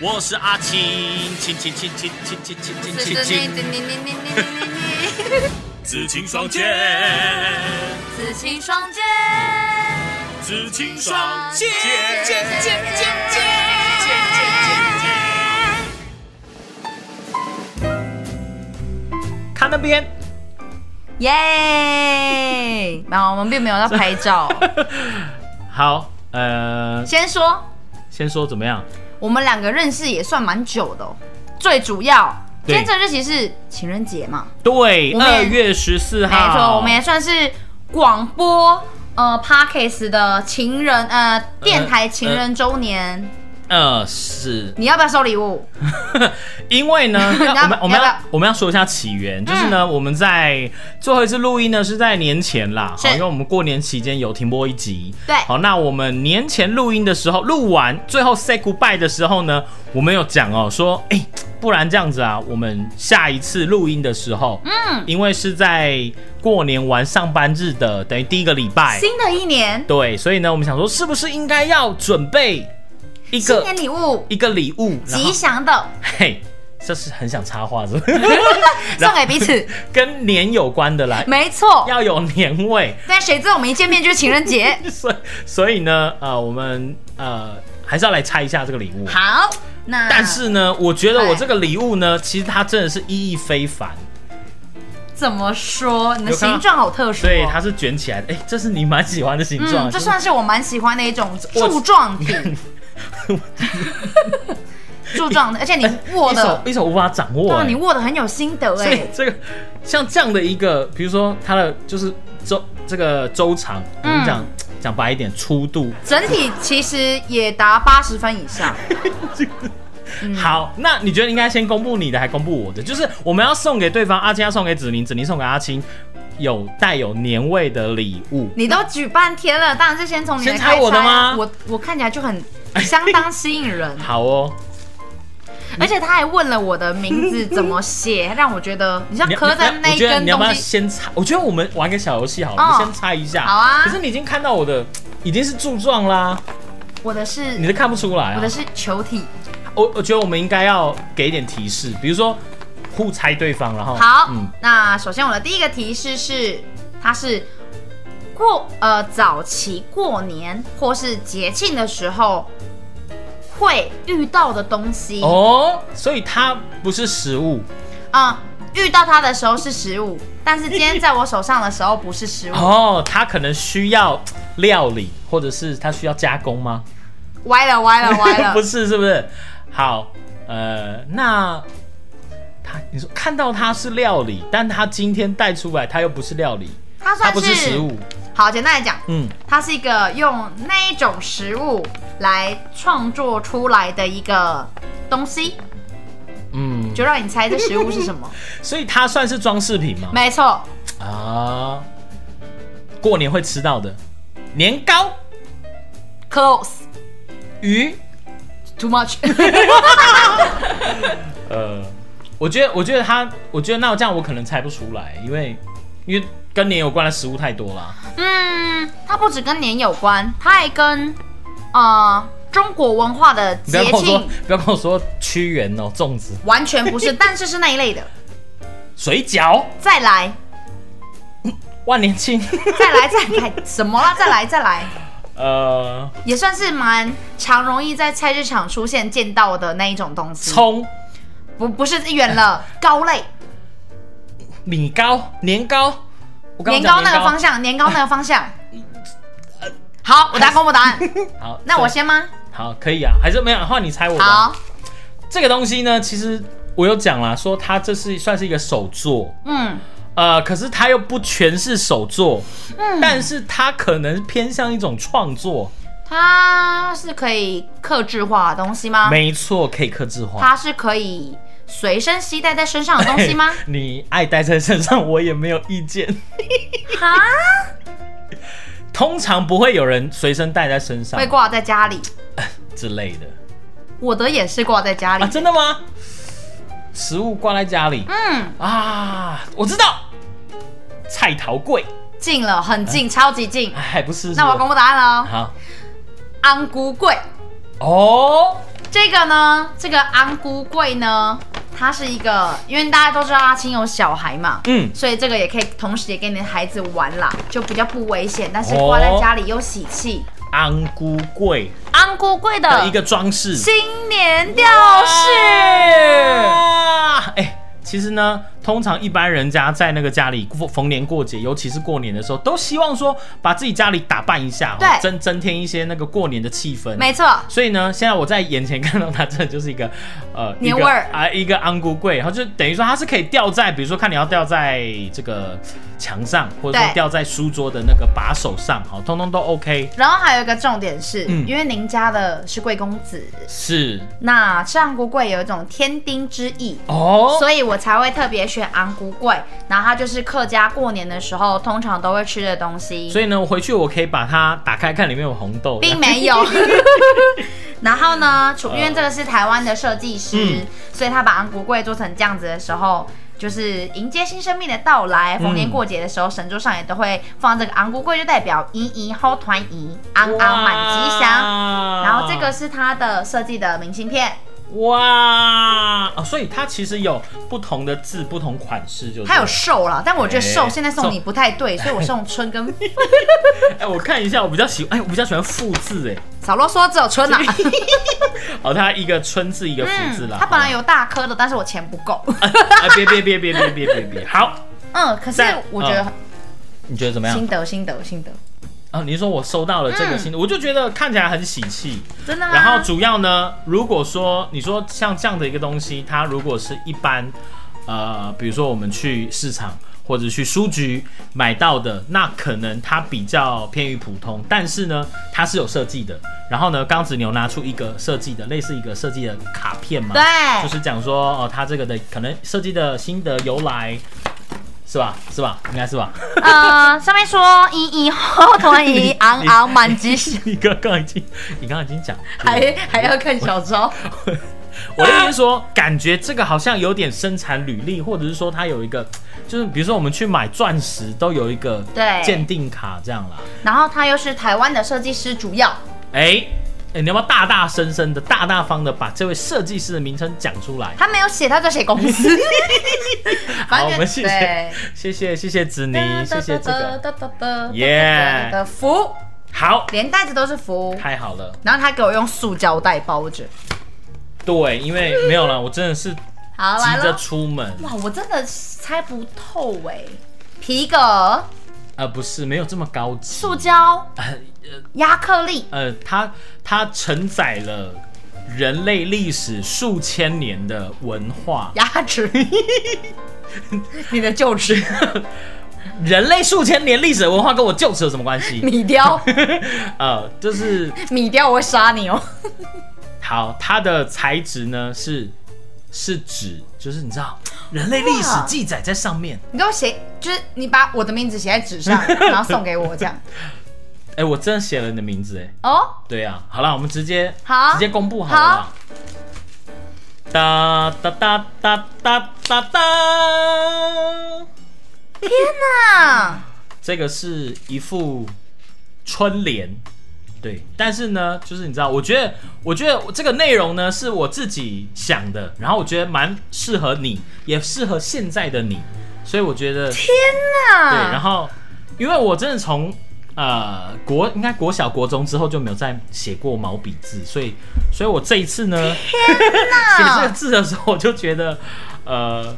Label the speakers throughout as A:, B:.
A: 我是阿青，青青青青青青青青青青，紫青双剑，
B: 紫青双剑，
A: 紫青
B: 双
A: 剑
B: 剑
A: 剑剑剑剑剑
C: 看那边，
B: 耶！然后我们并没有要拍照。
C: 好，呃，
B: 先说，
C: 先说怎么样？
B: 我们两个认识也算蛮久的、哦，最主要，今
C: 对
B: 天这日期是情人节嘛，
C: 对，
B: 我们也
C: 二月十四
B: 没
C: 号，
B: 错，我们也算是广播呃 Parkes 的情人呃电台情人周年。
C: 呃是
B: 你要不要收礼物？
C: 因为呢，
B: 你要
C: 要我们我们
B: 你要
C: 要
B: 嗯不
C: 我们要说一下起源，就是呢，我们在最后一次录音呢是在年前啦，
B: 是
C: 好，因为我们过年期间有停播一集，
B: 对
C: 好，那我们年前录音的时候，录完最后 say goodbye 的时候呢，我们有讲哦，说哎、不然这样子啊，我们下一次录音的时候，嗯，因为是在过年完上班日的等于第一个礼拜，
B: 新的一年，
C: 对，所以呢，我们想说是不是应该要准备一
B: 新
C: 个
B: 年礼物，
C: 一个礼物，然后
B: 吉祥的
C: 嘿，这是很想插话，是不是？ 然
B: 送
C: 后
B: 给彼此，
C: 跟年有关的啦，
B: 没错。
C: 要有年味，
B: 但谁知道我们一见面就是情人 节？
C: 所以所以呢，呃，我们呃还是要来拆一下这个礼物。
B: 好，那
C: 但是呢，我觉得
B: 哎
C: 我这个礼物呢，其实它真的是意义非凡，
B: 怎么说？你的
C: 有看到
B: 形状好特殊、哦，
C: 所以它是卷起来的。哎、这是你蛮喜欢的形状、
B: 嗯，这算是我蛮喜欢的一种
C: 我
B: 柱状体。 柱状的，而且你握
C: 哎一手
B: 的，
C: 一手无法掌握、
B: 哇，
C: 哎
B: 你握的很有心得
C: 所以
B: 哎。
C: 这个像这样的一个，比如说它的就是周这个周长，我们
B: 嗯
C: 讲讲白一点，粗度
B: 整体其实也达八十分以上，嗯
C: 好，那你觉得应该先公布你的，还公布我的？就是我们要送给对方，阿青要送给子宁，子宁送给阿青，有带有年味的礼物。
B: 你都举半天了，当然是先从你
C: 先
B: 来
C: 猜
B: 开
C: 我的
B: 啊
C: 吗，
B: 我我看起来就很相当吸引人
C: 好哦，
B: 而且他还问了我的名字怎么写，让我觉得你像
C: 你要
B: 刻在那
C: 你要我
B: 一
C: 觉得
B: 根
C: 你要不
B: 东
C: 要
B: 西，
C: 先猜？我觉得我们玩个小游戏好了，
B: 哦
C: 你先猜一下。
B: 好啊
C: 可是你已经看到我的，已经是柱状啦，
B: 我的
C: 你都
B: 是
C: 看不出来
B: 我
C: 啊
B: 的。是球体，
C: 我我觉得我们应该要给一点提示，比如说互猜对方，嗯然后
B: 好，那首先我的第一个提示是，它是过呃早期过年或是节庆的时候会遇到的东西。哦，
C: 哦，所以它不是食物
B: 嗯，遇到它的时候是食物，但是今天在我手上的时候不 是食物，
C: 哦，它可能需要料理，或者是它需要加工吗？
B: 歪了歪 了歪
C: 不
B: 了。
C: 是，是不是？好，呃，那他你说看到它是料理，但他今天带出来，它又不是料理，
B: 它
C: 它
B: 算
C: 不是食物。
B: 好，简单来讲，
C: 嗯，
B: 它是一个用那一种食物来创作出来的一个东西，
C: 嗯，
B: 就让你猜这食物是 什么。
C: 所以它算是装饰品吗？
B: 没错，
C: 啊，过年会吃到的年糕、
B: close
C: 鱼，
B: too much
C: 呃，我觉得，我觉得它，我觉得那这样我可能猜不出来，因为因为跟年有关的食物太多了。
B: 嗯，它不只跟年有关，它还跟呃中国文化的
C: 你不要
B: 节
C: 跟我说
B: 庆，
C: 不要跟我说屈原哦，粽子、
B: 完全不是，但是是那一类的。
C: 水饺、
B: 再来，
C: 万年青。
B: 再来，再来，什么啦？再来，再来，
C: 呃，
B: 也算是蛮常容易在菜市场出现见到的那一种东西。
C: 葱、
B: 不，不是远 了，糕类，
C: 米糕、年糕，我刚
B: 年
C: 刚
B: 糕
C: 讲
B: 那个方向，年糕那个 方向。好，
C: 哎
B: 我答公布答案。
C: 好，
B: 那我
C: 所以
B: 先吗？
C: 好，可以啊，还是没有，换你猜我的。啊
B: 好，
C: 这个东西呢，其实我有讲啦，说它这是算是一个手作，
B: 嗯，
C: 呃，可是它又不全是手作，
B: 嗯
C: 但是它可能偏向一种创作，
B: 它是可以克制化的东西吗？
C: 没错，可以克制化。
B: 它是可以随身携带在身上的东 西吗？
C: 你爱戴在身上，我也没有意见。 哎
B: 哈，
C: 通常不会有人随身带在身上
B: 会挂在家里，
C: 之类的
B: 我的也是挂在家里
C: 啊？。真的吗？食物挂在家里，
B: 嗯，
C: 啊，我知道，菜桃贵，
B: 近了，很近，超级近。
C: 哎哎，不是，
B: 那我
C: 是
B: 公布答案喽，
C: 好
B: 安菇柜。
C: 哦，
B: 这个呢，这个安菇贵呢，它是一个，因为大家都知道阿青有小孩嘛，
C: 嗯
B: 所以这个也可以同时也给你的孩子玩啦，就比较不危险，但是挂在家里又喜气。
C: 安菇柜
B: 安菇贵
C: 的
B: 的
C: 一个装饰。
B: 新年吊饰，
C: 哇哎，其实呢，通常一般人家在那个家里过逢年过节，尤其是过年的时候，都希望说把自己家里打扮一下哦，
B: 对
C: 增增添一些那个过年的气氛。
B: 没错，
C: 所以呢，现在我在眼前看到它，真的就是一个呃
B: 年味儿
C: 一个啊、一个安菇柜，然后就等于说它是可以吊在，比如说看你要吊在这个墙上，或者
B: 对
C: 说吊在书桌的那个把手上，好，通通都 OK。
B: 然后还有一个重点是，
C: 嗯
B: 因为您家的是贵公子，
C: 是
B: 那吃安菇贵有一种天丁之意，
C: 哦，
B: 所以我才会特别选昂菇桂，然后它就是客家过年的时候通常都会吃的东西，
C: 所以呢，我回去我可以把它打开看里面有红豆，
B: 并没有。 然后呢，除因为这个是台湾的设计师，
C: 嗯
B: 所以他把昂菇桂做成这样子的时候。就是迎接新生命的到来，逢年过节的时候，神桌上也都会放这个昂菇桂，就代表迎迎好团迎，昂昂满吉
C: 嗯
B: 祥。
C: 祥
B: 然后这个是他的设计的明信片，
C: 哇哦，所以它其实有不同的字、不同款式，就是
B: 他有瘦了，但我觉得瘦
C: 哎
B: 现在送你不太对，所以我送 春跟
C: 哎、我看一下，我比较喜哎、我比较喜欢复字哎，
B: 少啰嗦，只有春啊。
C: 哦，它一个春字一个复字
B: 嗯，
C: 啦。
B: 它本来有大颗的，但是我钱不够。
C: 哎，别别别别别别别别，好，
B: 嗯，可是
C: 但哦
B: 我觉得
C: 你觉得怎么样
B: 心？得心得心得，
C: 啊，你说我收到了这
B: 嗯
C: 个新的，我就觉得看起来很喜气。
B: 真的吗？
C: 然后主要呢，如果说你说像这样的一个东西，它如果是一般，呃，比如说我们去市场或者去书局买到的，那可能它比较偏于普通，但是呢，它是有设计的。然后呢，刚子牛拿出一个设计的，类似一个设计的卡片嘛，
B: 对
C: 就是讲说哦，它这个的可能设计的心得由来。是吧？是吧？应该是吧。
B: 呃，上面说一一后团一昂昂满吉祥，
C: 你刚刚已经，你刚刚已经讲，
B: 还还要看小招，
C: 我的意思是说，感觉这个好像有点生产履历，或者是说它有一个，就是比如说我们去买钻石都有一个
B: 对
C: 鉴定卡这样啦。
B: 然后它又是台湾的设计师主要。
C: 哎、哎你要不要大大声声的、大大方的把这位设计师的名称讲出来？
B: 他没有写，他就写公 司。
C: 好，
B: 反正
C: 我
B: 就
C: 们谢谢
B: 对，
C: 谢谢谢谢子妮，谢谢这个，
B: 个
C: 耶
B: 的福，
C: 好，
B: 连袋子都是福。
C: 太好了，
B: 然后他给我用塑胶袋包着。
C: 对，因为没有了，我真的是急
B: 好，来
C: 着
B: 了。
C: 出门，
B: 哇，我真的猜不透哎、皮革、
C: 呃，不是没有这么高级，
B: 塑胶、
C: 呃
B: 亚克力，
C: 呃，它它承载了人类历史数千年的文化，
B: 牙齿，你的臼齿，
C: 人类数千年历史的文化跟我臼齿有什么关 系？
B: 米雕，
C: 呃，就是
B: 米雕我会杀你哦。
C: 好，它的材质呢是是纸，就是你知道人类历史
B: 哇
C: 记载在上面。
B: 你给我写，就是你把我的名字写在纸 上，然后送给我这样。
C: 哎、我真的写了你的名字哎。
B: 哦，
C: 对呀、啊，好了，我们直接
B: 好
C: 直接公布好了啦。哒哒哒哒哒哒哒。
B: 天哪！
C: 这个是一副春联，对，但是呢，就是你知道，我觉得，我觉得这个内容呢是我自己想的，然后我觉得蛮适合你，也适合现在的你，所以我觉得，对，然
B: 那
C: 后因为我真的从呃国应该国小国中之后就没有再写过毛笔字，所以，所以我这一次呢 写这个字的时候，我就觉得呃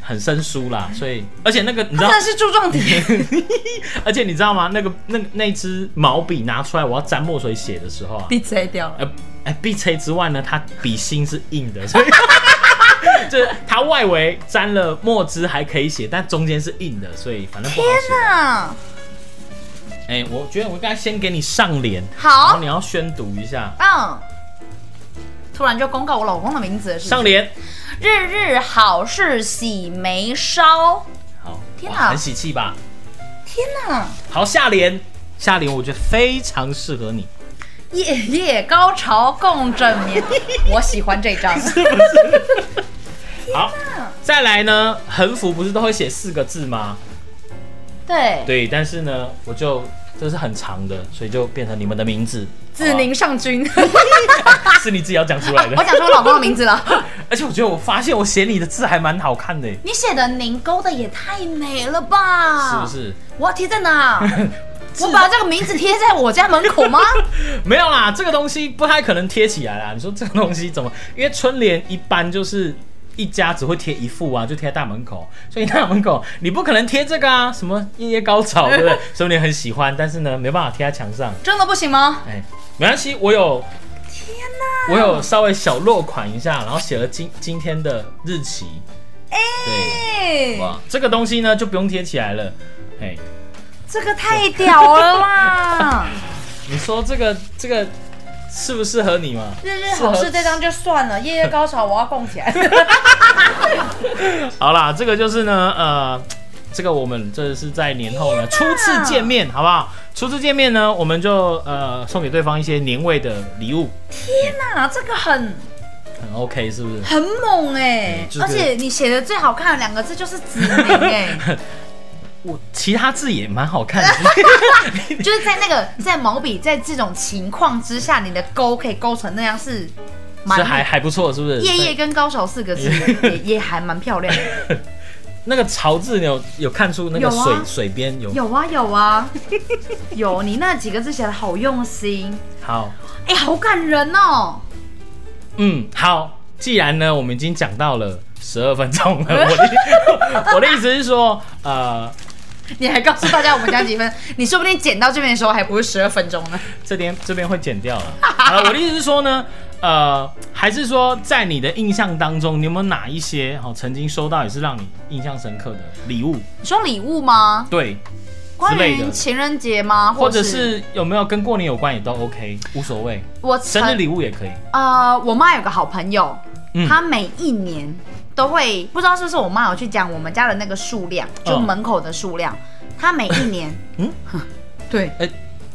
C: 很生疏啦，所以而且那个你知道
B: 真。的是注重 点。
C: 而且你知道吗？那个那那支毛笔拿出来，我要沾墨水写的时候啊，
B: 闭嘴掉了。
C: 呃，哎，笔吹之外呢，它笔芯是硬的， 所以就是它外围沾了墨汁还可以写，但中间是硬的，所以反正不好写。
B: 嗯，
C: 哎、我觉得我应该先给你上联，然后
B: 好
C: 你，要宣读一下
B: 嗯。突然就公告我老公的名字了，是不是
C: 上联。
B: 日日好事喜眉梢。
C: 好，
B: 天
C: 哇
B: 哪
C: 很喜气吧？
B: 天哪！
C: 好，下联，下联我觉得非常适合你。
B: 夜夜高潮共枕眠，我喜欢这 张。
C: 好，再来呢，横幅不是都会写四个字吗？
B: 对，
C: 对，但是呢，我就这是很长的，所以就变成你们的名字。
B: 子宁哦上君，
C: 好吧是你自己要讲出来
B: 我
C: 的，
B: 讲出我老公的名字了。
C: 而且我觉得我发现我写你的字还蛮好看的，
B: 你写的凝勾的也太美了
C: 是
B: 吧？
C: 不？是？
B: 我要贴在 哪？我把这个名字贴在我家门口吗？
C: 没有啦，这个东西不太可能贴起来啦。你说这个东西怎么？因为春联一般就是一家只会贴一副啊，就贴在大门口，所以大门口你不可能贴这个啊，什么夜夜高潮，对不对？说不定很喜欢，但是呢，没办法贴在墙上。
B: 真的不行吗？
C: 哎，没关系，我有。天哪！我有稍微小落款一下，然后写了今今天的日期。对，
B: 哎
C: 哇，这个东西呢就不用贴起来了。哎，
B: 这个太屌了 啦！
C: 你说这个这个适不适合你嘛？
B: 日日好事这张就算了，夜夜高潮我要供起 来。
C: 好啦，这个就是呢，呃，这个我们这是在年后
B: 哎
C: 呢初次见面，好不好？初次见面呢，我们就呃送给对方一些年味的礼物，
B: 那这个很
C: 很 OK 是不是？
B: 很猛哎、
C: 这个
B: 而且你写的最好看的两个字就是子宁哎、
C: 我其他字也蛮好看的，
B: 就是在那个在毛笔在这种情况之下，你的勾可以勾成那样是
C: 是还
B: 蛮
C: 还不错，是不是？
B: 夜夜跟高潮四个字也也还蛮漂亮 的。
C: 那个潮字你有有看出那
B: 有
C: 个
B: 啊
C: 水、水边有
B: 有啊有啊， 有你那几个字写的好用心，
C: 好，
B: 哎、好感人哦。
C: 嗯，好。既然呢，我们已经讲到了十二分钟了， 我的我的意思是说，呃，
B: 你还告诉大家我们讲 几分，你说不定剪到这边的时候还不是十二分钟呢。
C: 这边这边会剪掉了。 好了，我的意思是说呢，呃，还是说在你的印象当中，你有没有哪一些哦曾经收到也是让你印象深刻的礼物？
B: 你说礼物吗？
C: 对，
B: 关
C: 之类
B: 于
C: 的
B: 情人节吗？
C: 或者
B: 者
C: 是有没有跟过年有关也都 OK，无所谓，
B: 我曾
C: 生日礼物也可以。
B: 呃，我妈有个好朋友，
C: 嗯
B: 她每一年都会，不知道是不是我妈有去讲我们家的那个数量，就
C: 嗯，
B: 门口的数量，她每一年
C: 嗯，
B: 对，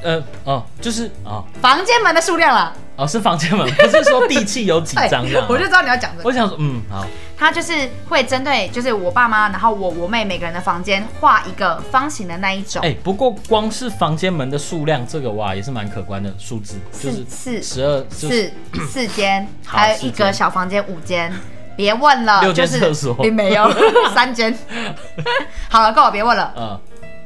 C: 呃，哦，就是哦，
B: 房间门的数量啦。。
C: 哦，是房间门， 不是说地契有几张这样
B: 哎我就知道你要讲这
C: 我
B: 个。
C: 想说，嗯，好，
B: 她就是会针对，就是我爸妈，然后我我妹每个人的房间画一个方形的那一种。
C: 哎、不过光是房间门的数量，这个哇也是蛮可观的数字，就
B: 四
C: 是
B: 四
C: 十二，就是
B: 四 四间，
C: 好
B: 还有一个
C: 四间
B: 小房间五间，别问了，
C: 六间
B: 就是
C: 厕所
B: 并 没有三间。 好了，够了，别问了，
C: 呃，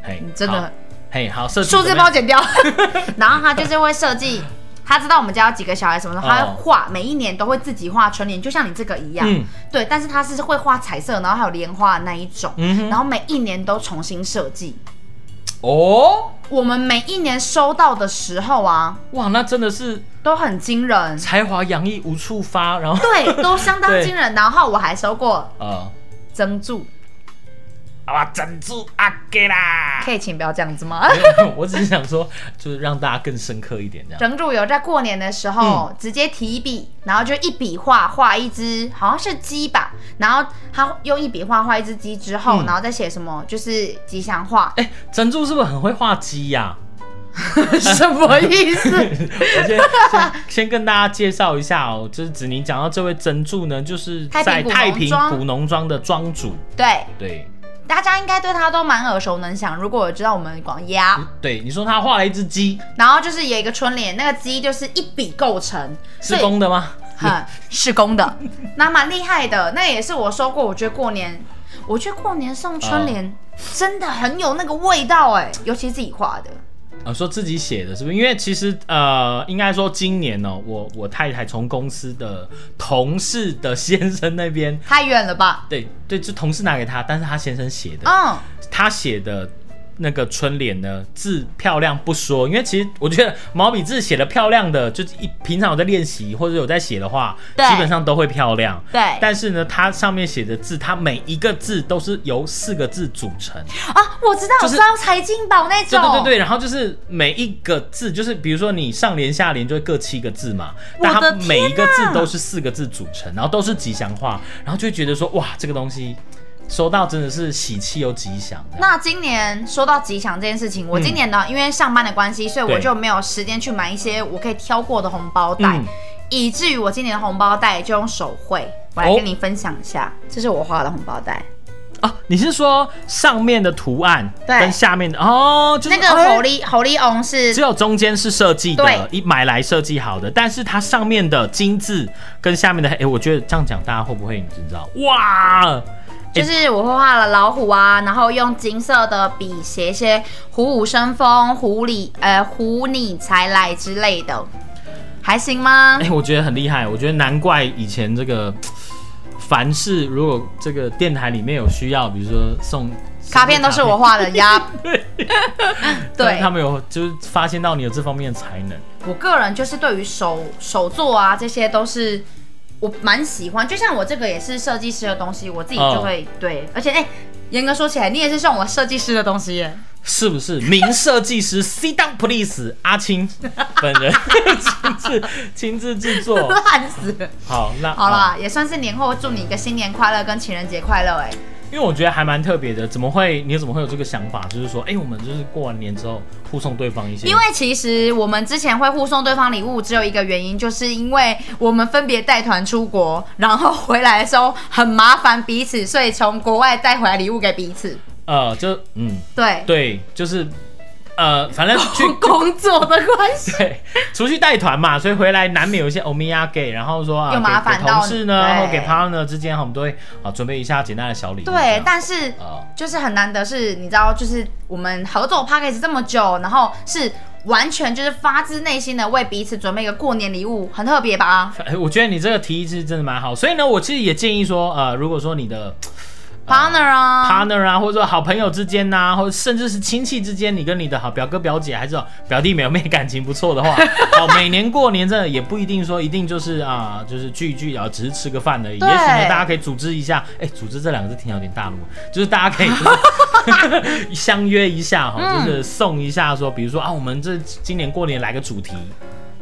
C: 嘿
B: 你，嗯真
C: 好
B: 的，
C: 嘿，好，设计
B: 数字
C: 怎么样
B: 包剪掉。 然后他就是会设计，他知道我们家有几个小孩什么的，他会画，每一年都会自己画春联，就像你这个一样。
C: 哦嗯
B: 对，但是他是会画彩色，然后还有莲花的那一种，
C: 嗯哼
B: 然后每一年都重新设计。
C: 哦，
B: 我们每一年收到的时候啊，
C: 哇，那真的是
B: 都很惊人。
C: 才华洋溢无处发，然 后
B: 对，都相当
C: 对
B: 惊人。然后我还收过
C: 呃，
B: 增助，
C: 啊，赞助阿给 啦。
B: 可以请不要这样子吗？
C: 我只是想说，就是让大家更深刻一点这样。
B: 整主有在过年的时候、直接提一笔，然后就一笔画画一只，好像是鸡吧，然后他用一笔画画一只鸡之后，
C: 嗯，
B: 然后再写什么就是吉祥话
C: 哎、珍珠是不是很会画鸡呀？
B: 什么意思？
C: 我先先 先跟大家介绍一下哦，就是子宁讲到这位珍珠呢，就是在
B: 太
C: 太平
B: 平古农庄
C: 古农庄的庄主，
B: 对，
C: 对
B: 大家应该对他都蛮耳熟能详。如果有知道我们广鸭，
C: 对，你说他画了一只鸡，
B: 然后就是有一个春联，那个鸡就是一笔构成，
C: 是
B: 所以
C: 公的吗？
B: 哼，是公的，那蛮厉害的。那也是我收过，我觉得过年，我觉得过年送春联、真的很有那个味道哎、尤其是自己画的。
C: 呃，说自己写的是不是？因为其实呃，应该说今年哦、我我太太从公司的同事的先生那边，
B: 太远了吧？
C: 对对，就同事拿给他，但是他先生写的，
B: 嗯，
C: 他写的那个春联呢，字漂亮不说，因为其实我觉得毛笔字写的漂亮的，就是一平常有在练习或者有在写的话，
B: 对
C: 基本上都会漂亮。
B: 对
C: 但是呢，它上面写的字，它每一个字都是由四个字组成。
B: 啊，我知道，
C: 就是
B: 我知道财经宝那
C: 对
B: 种，
C: 对对对，然后就是每一个字，就是比如说你上联下联就会各七个字嘛，
B: 我的
C: 但它
B: 天
C: 每一个
B: 哪
C: 字都是四个字组成，然后都是吉祥话，然后就会觉得说哇，这个东西收到真的是喜气又吉祥这样。
B: 那今年说到吉祥这件事情，我今年呢，因为上班的关系，所以我
C: 嗯对
B: 就没有时间去买一些我可以挑过的红包袋，
C: 嗯
B: 以至于我今年的红包袋就用手绘。我来
C: 哦
B: 跟你分享一下，这是我画的红包袋，
C: 哦，你是说上面的图案
B: 对
C: 跟下面的哦，就是
B: 那个
C: 哎
B: 猴力猴力翁是
C: 只有中间是设计的，
B: 对
C: 一买来设计好的，但是它上面的金字跟下面的黑，哎、我觉得这样讲大家会不会你知道？哇，哎
B: 就是我会画了老虎啊，然后用金色的笔写一些“虎虎生风”“虎里呃虎你才来”之类的，还行吗
C: 哎、？我觉得很厉害，我觉得难怪以前这个，凡是如果这个电台里面有需要，比如说送
B: 卡片都是我，画的呀。
C: 但是
B: 对
C: 他，们有就是发现到你有这方面的才能，
B: 我个人就是对于手手作啊，这些都是我蛮喜欢。就像我这个也是设计师的东西，我自己
C: 哦
B: 就会、对，而且哎，严、格说起来，你也是送我设计师的东西耶。
C: 是不是？名设计师 C down please 阿青 本人亲自亲自制作，
B: 烂死了！
C: 好，那
B: 好啦，也算是年后祝你一个新年快乐跟情人节快乐哎、
C: 因为我觉得还蛮特别的，怎么会你怎么会有这个想法？就是说，哎、我们就是过完年之后互送对方一些，
B: 因为其实我们之前会互送对方礼物，只有一个原因，就是因为我们分别带团出国，然后回来的时候很麻烦彼此，所以从国外带回来礼物给彼此。
C: 呃，就嗯，
B: 对，
C: 对，就是呃，反正 去
B: 工作的关系。
C: 对出去带团嘛，所以回来难免有一些哦欧米亚给，然后说啊，
B: 又麻
C: 给
B: 烦
C: 给
B: 到
C: 同事呢，
B: 你
C: 或
B: 对
C: 给 partner 之间，我们都会啊准备一下简单的小礼物这样。
B: 对，但是
C: 啊、
B: 就是很难得是，你知道，就是我们合作 p a c k a g e 这么久，然后是完全就是发自内心的为彼此准备一个过年礼物，很特别吧
C: 哎我觉得你这个提议是真的蛮好，所以呢，我其实也建议说，呃，如果说你的
B: ？Partner 啊，
C: partner 啊，或者说好朋友之间呐、或者甚至是亲戚之间，你跟你的好表哥、表姐还是表弟、表妹感情不错的话，好，每年过年真的也不一定说一定就是啊，就是聚一聚啊，只是吃个饭而已。也
B: 对
C: 许呢，大家可以组织一下，哎、组织这两个字听起来有点大陆，就是大家可以就是 相约一下哈，就是送一下说，比如说啊，我们这今年过年来个主题，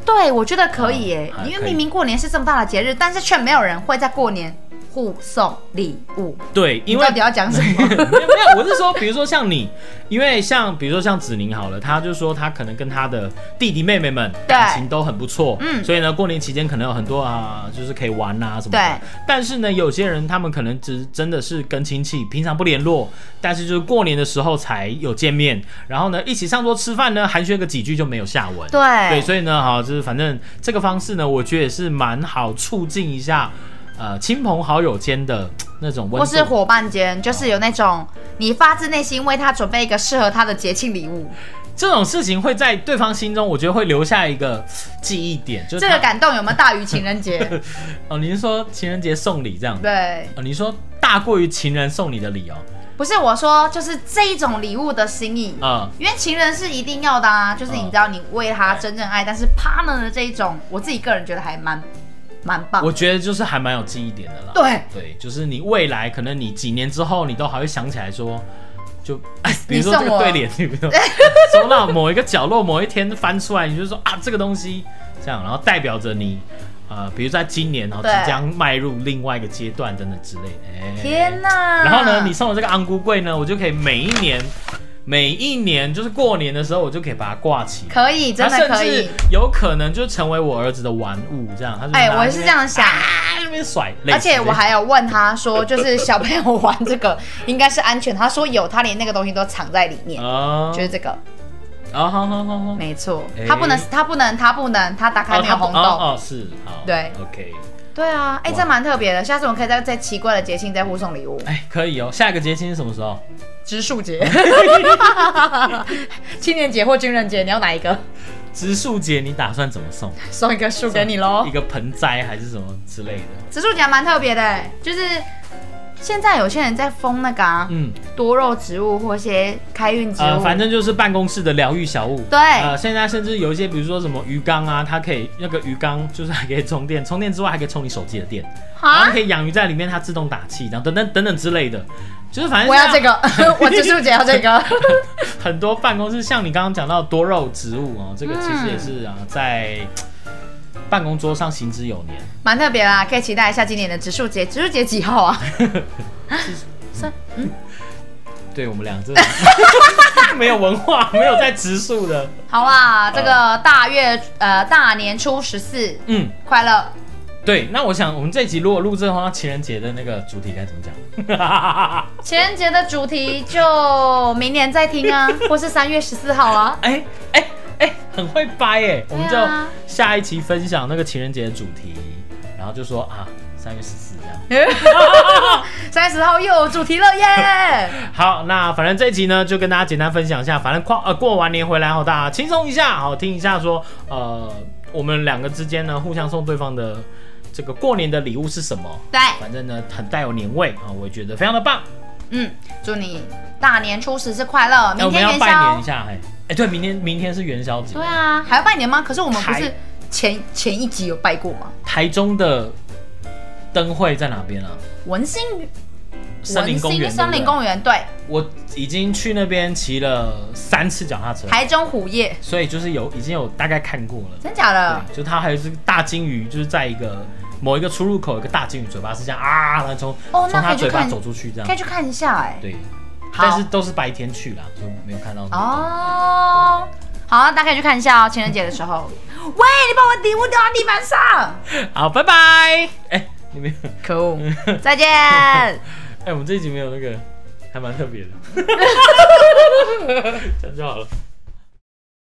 B: 对，我觉得可以耶、
C: 嗯还
B: 因
C: 可
B: 为
C: 以
B: 明明过年是这么大的节日，但是却没有人会在过年互送礼物。
C: 对，因
B: 你
C: 为
B: 到底要讲什 么？
C: 没有没有，我是说，比如说像你，因为像比如说像子宁好了，他就说他可能跟他的弟弟妹妹们感情都很不错，
B: 嗯
C: 所以呢，过年期间可能有很多啊、就是可以玩啊什么的
B: 对。
C: 但是呢，有些人他们可能只真的是跟亲戚平常不联络，但是就是过年的时候才有见面，然后呢一起上桌吃饭呢，寒暄个几句就没有下文。对，
B: 对，
C: 所以呢，好，就是反正这个方式呢，我觉得也是蛮好促进一下，呃，亲朋好友间的那种温
B: 或
C: 度。
B: 是伙伴间，就是有那种你发自内心为他准备一个适合他的节庆礼物，
C: 这种事情会在对方心中，我觉得会留下一个 记忆点，就是
B: 这
C: 他
B: 个感动有没有大于情人节？
C: 哦，你是说情人节送礼这样子？
B: 对，
C: 哦，你说大过于情人送你的礼哦，
B: 不是我说，就是这一种礼物的心意。
C: 嗯，
B: 因为情人是一定要的啊，就是你知道你为他真正爱，但是 partner 的这一种，我自己个人觉得还蛮蛮棒。
C: 我觉得就是还蛮有记忆点的啦。
B: 对，
C: 对，就是你未来可能你几年之后，你都还会想起来说，就哎 比
B: 你
C: 如说
B: 送
C: 这个
B: 我
C: 对联，你不用 收到某一个角落，某一天翻出来，你就说啊，这个东西这样，然后代表着你。呃，比如在今年哦，即
B: 对
C: 将迈入另外一个阶段，等等之类的。哎
B: 天哪！
C: 然后呢，你送我这个安菇柜呢，我就可以每一年，每一年就是过年的时候，我就可以把它挂起。
B: 可以，真
C: 它
B: 的
C: 甚至
B: 可
C: 嗯
B: 以。
C: 有可能就成为我儿子的玩物，这样。他就
B: 哎、
C: 拿
B: 我是这样想。
C: 在那边甩，啊类
B: 而
C: 似
B: 且我还有问他说，就是小朋友玩这个应该是安全，他说有，他连那个东西都藏在里面，
C: 哦
B: 就是这个，
C: 哦，好好好好，
B: 没错
C: 哎，
B: 他不能，他不能，他不能，他打开没有红
C: 哦它
B: 豆，
C: 哦哦是好
B: 对
C: ，OK，
B: 对啊，哎，
C: 哇
B: 这蛮特别的，下次我们可以再在奇怪的节庆再互送礼物，
C: 哎可以哦。下一个节庆是什么时候？
B: 植树 节、青年节或军人节，你要哪一个？
C: 植树节你打算怎么 送？
B: 送一个树给你喽
C: 一。个盆栽还是什么之类的？
B: 植树节还蛮特别的，就是现在有些人在封那个啊
C: 嗯，
B: 多肉植物或一些开运植
C: 呃，
B: 物，
C: 反正就是办公室的疗愈小物。
B: 对
C: 呃，现在甚至有一些，比如说什么鱼缸啊，它可以那个鱼缸就是还可以充电，充电之外还可以充你手机的电，然后
B: 啊
C: 你可。以养鱼在里面，它自动打气，然后等等等等之类的，就是反正
B: 我要
C: 现在
B: 这个， 我植树节要这个。
C: 很多办公室，像你刚刚讲到多肉植物哦，这个其实也是
B: 嗯
C: 啊，在办公桌上行之有年。
B: 蛮特别啦，可以期待一下今年的植树节。植树节几号 啊？
C: 对我们俩这 没有文化，没有在植树的，
B: 好啦，这个大月呃大年初十四，
C: 嗯，
B: 快乐
C: 对，那我想我们这集如果录制的话，情人节的那个主题该怎么讲？
B: 情人节的主题就明年再 听啊，或是三月十四号啊。
C: 哎哎哎，很会掰哎、我们就
B: 对啊
C: 下一期分享那个情人节的主题，然后就说啊，三月十四这样。
B: 三十号又有主题了耶！
C: 好，那反正这一集呢，就跟大家简单分享一下。反正跨呃过完年回来后，大家轻松一下，好听一下说，呃，我们两个之间呢，互相送对方的这个过年的礼物是什么？
B: 对，
C: 反正呢，很带有年味啊、我觉得非常的棒。
B: 嗯，祝你大年初十是快乐，
C: 哎，
B: 哦明
C: 我们
B: 天
C: 要
B: 元
C: 拜年
B: 宵
C: 一。下，哎、哎，对，明天明天是元宵节。
B: 对啊，还要拜年吗？可是我们不
C: 还
B: 是前前一集有拜过吗？
C: 台中的灯会在哪边啊？
B: 文心
C: 森林公园。
B: 文心森
C: 对
B: 林
C: 不对
B: 公园，对，
C: 我已经去那边骑了三次脚踏车，
B: 台中虎夜，
C: 所以就是有已经有大概看过了。
B: 真假的？
C: 对，就它还有这个大金鱼，就是在一个某一个出入口，有个大金鱼嘴巴是这样啊，然后从
B: 哦
C: 从
B: 那可
C: 它
B: 以去
C: 嘴巴
B: 看
C: 走出去这
B: 可以
C: 样。
B: 去看一下哎、
C: 对，
B: 好
C: 但是都是白天去啦，就没有看到。哦，
B: 哦，好，大家可以去看一下哦，情人节的 时候。喂，你把我礼物丢到地板上，
C: 好，拜拜。哎，你没有？
B: 可恶！再 见。
C: 哎，我们这一集没有那个，还蛮特别的，这样就好了。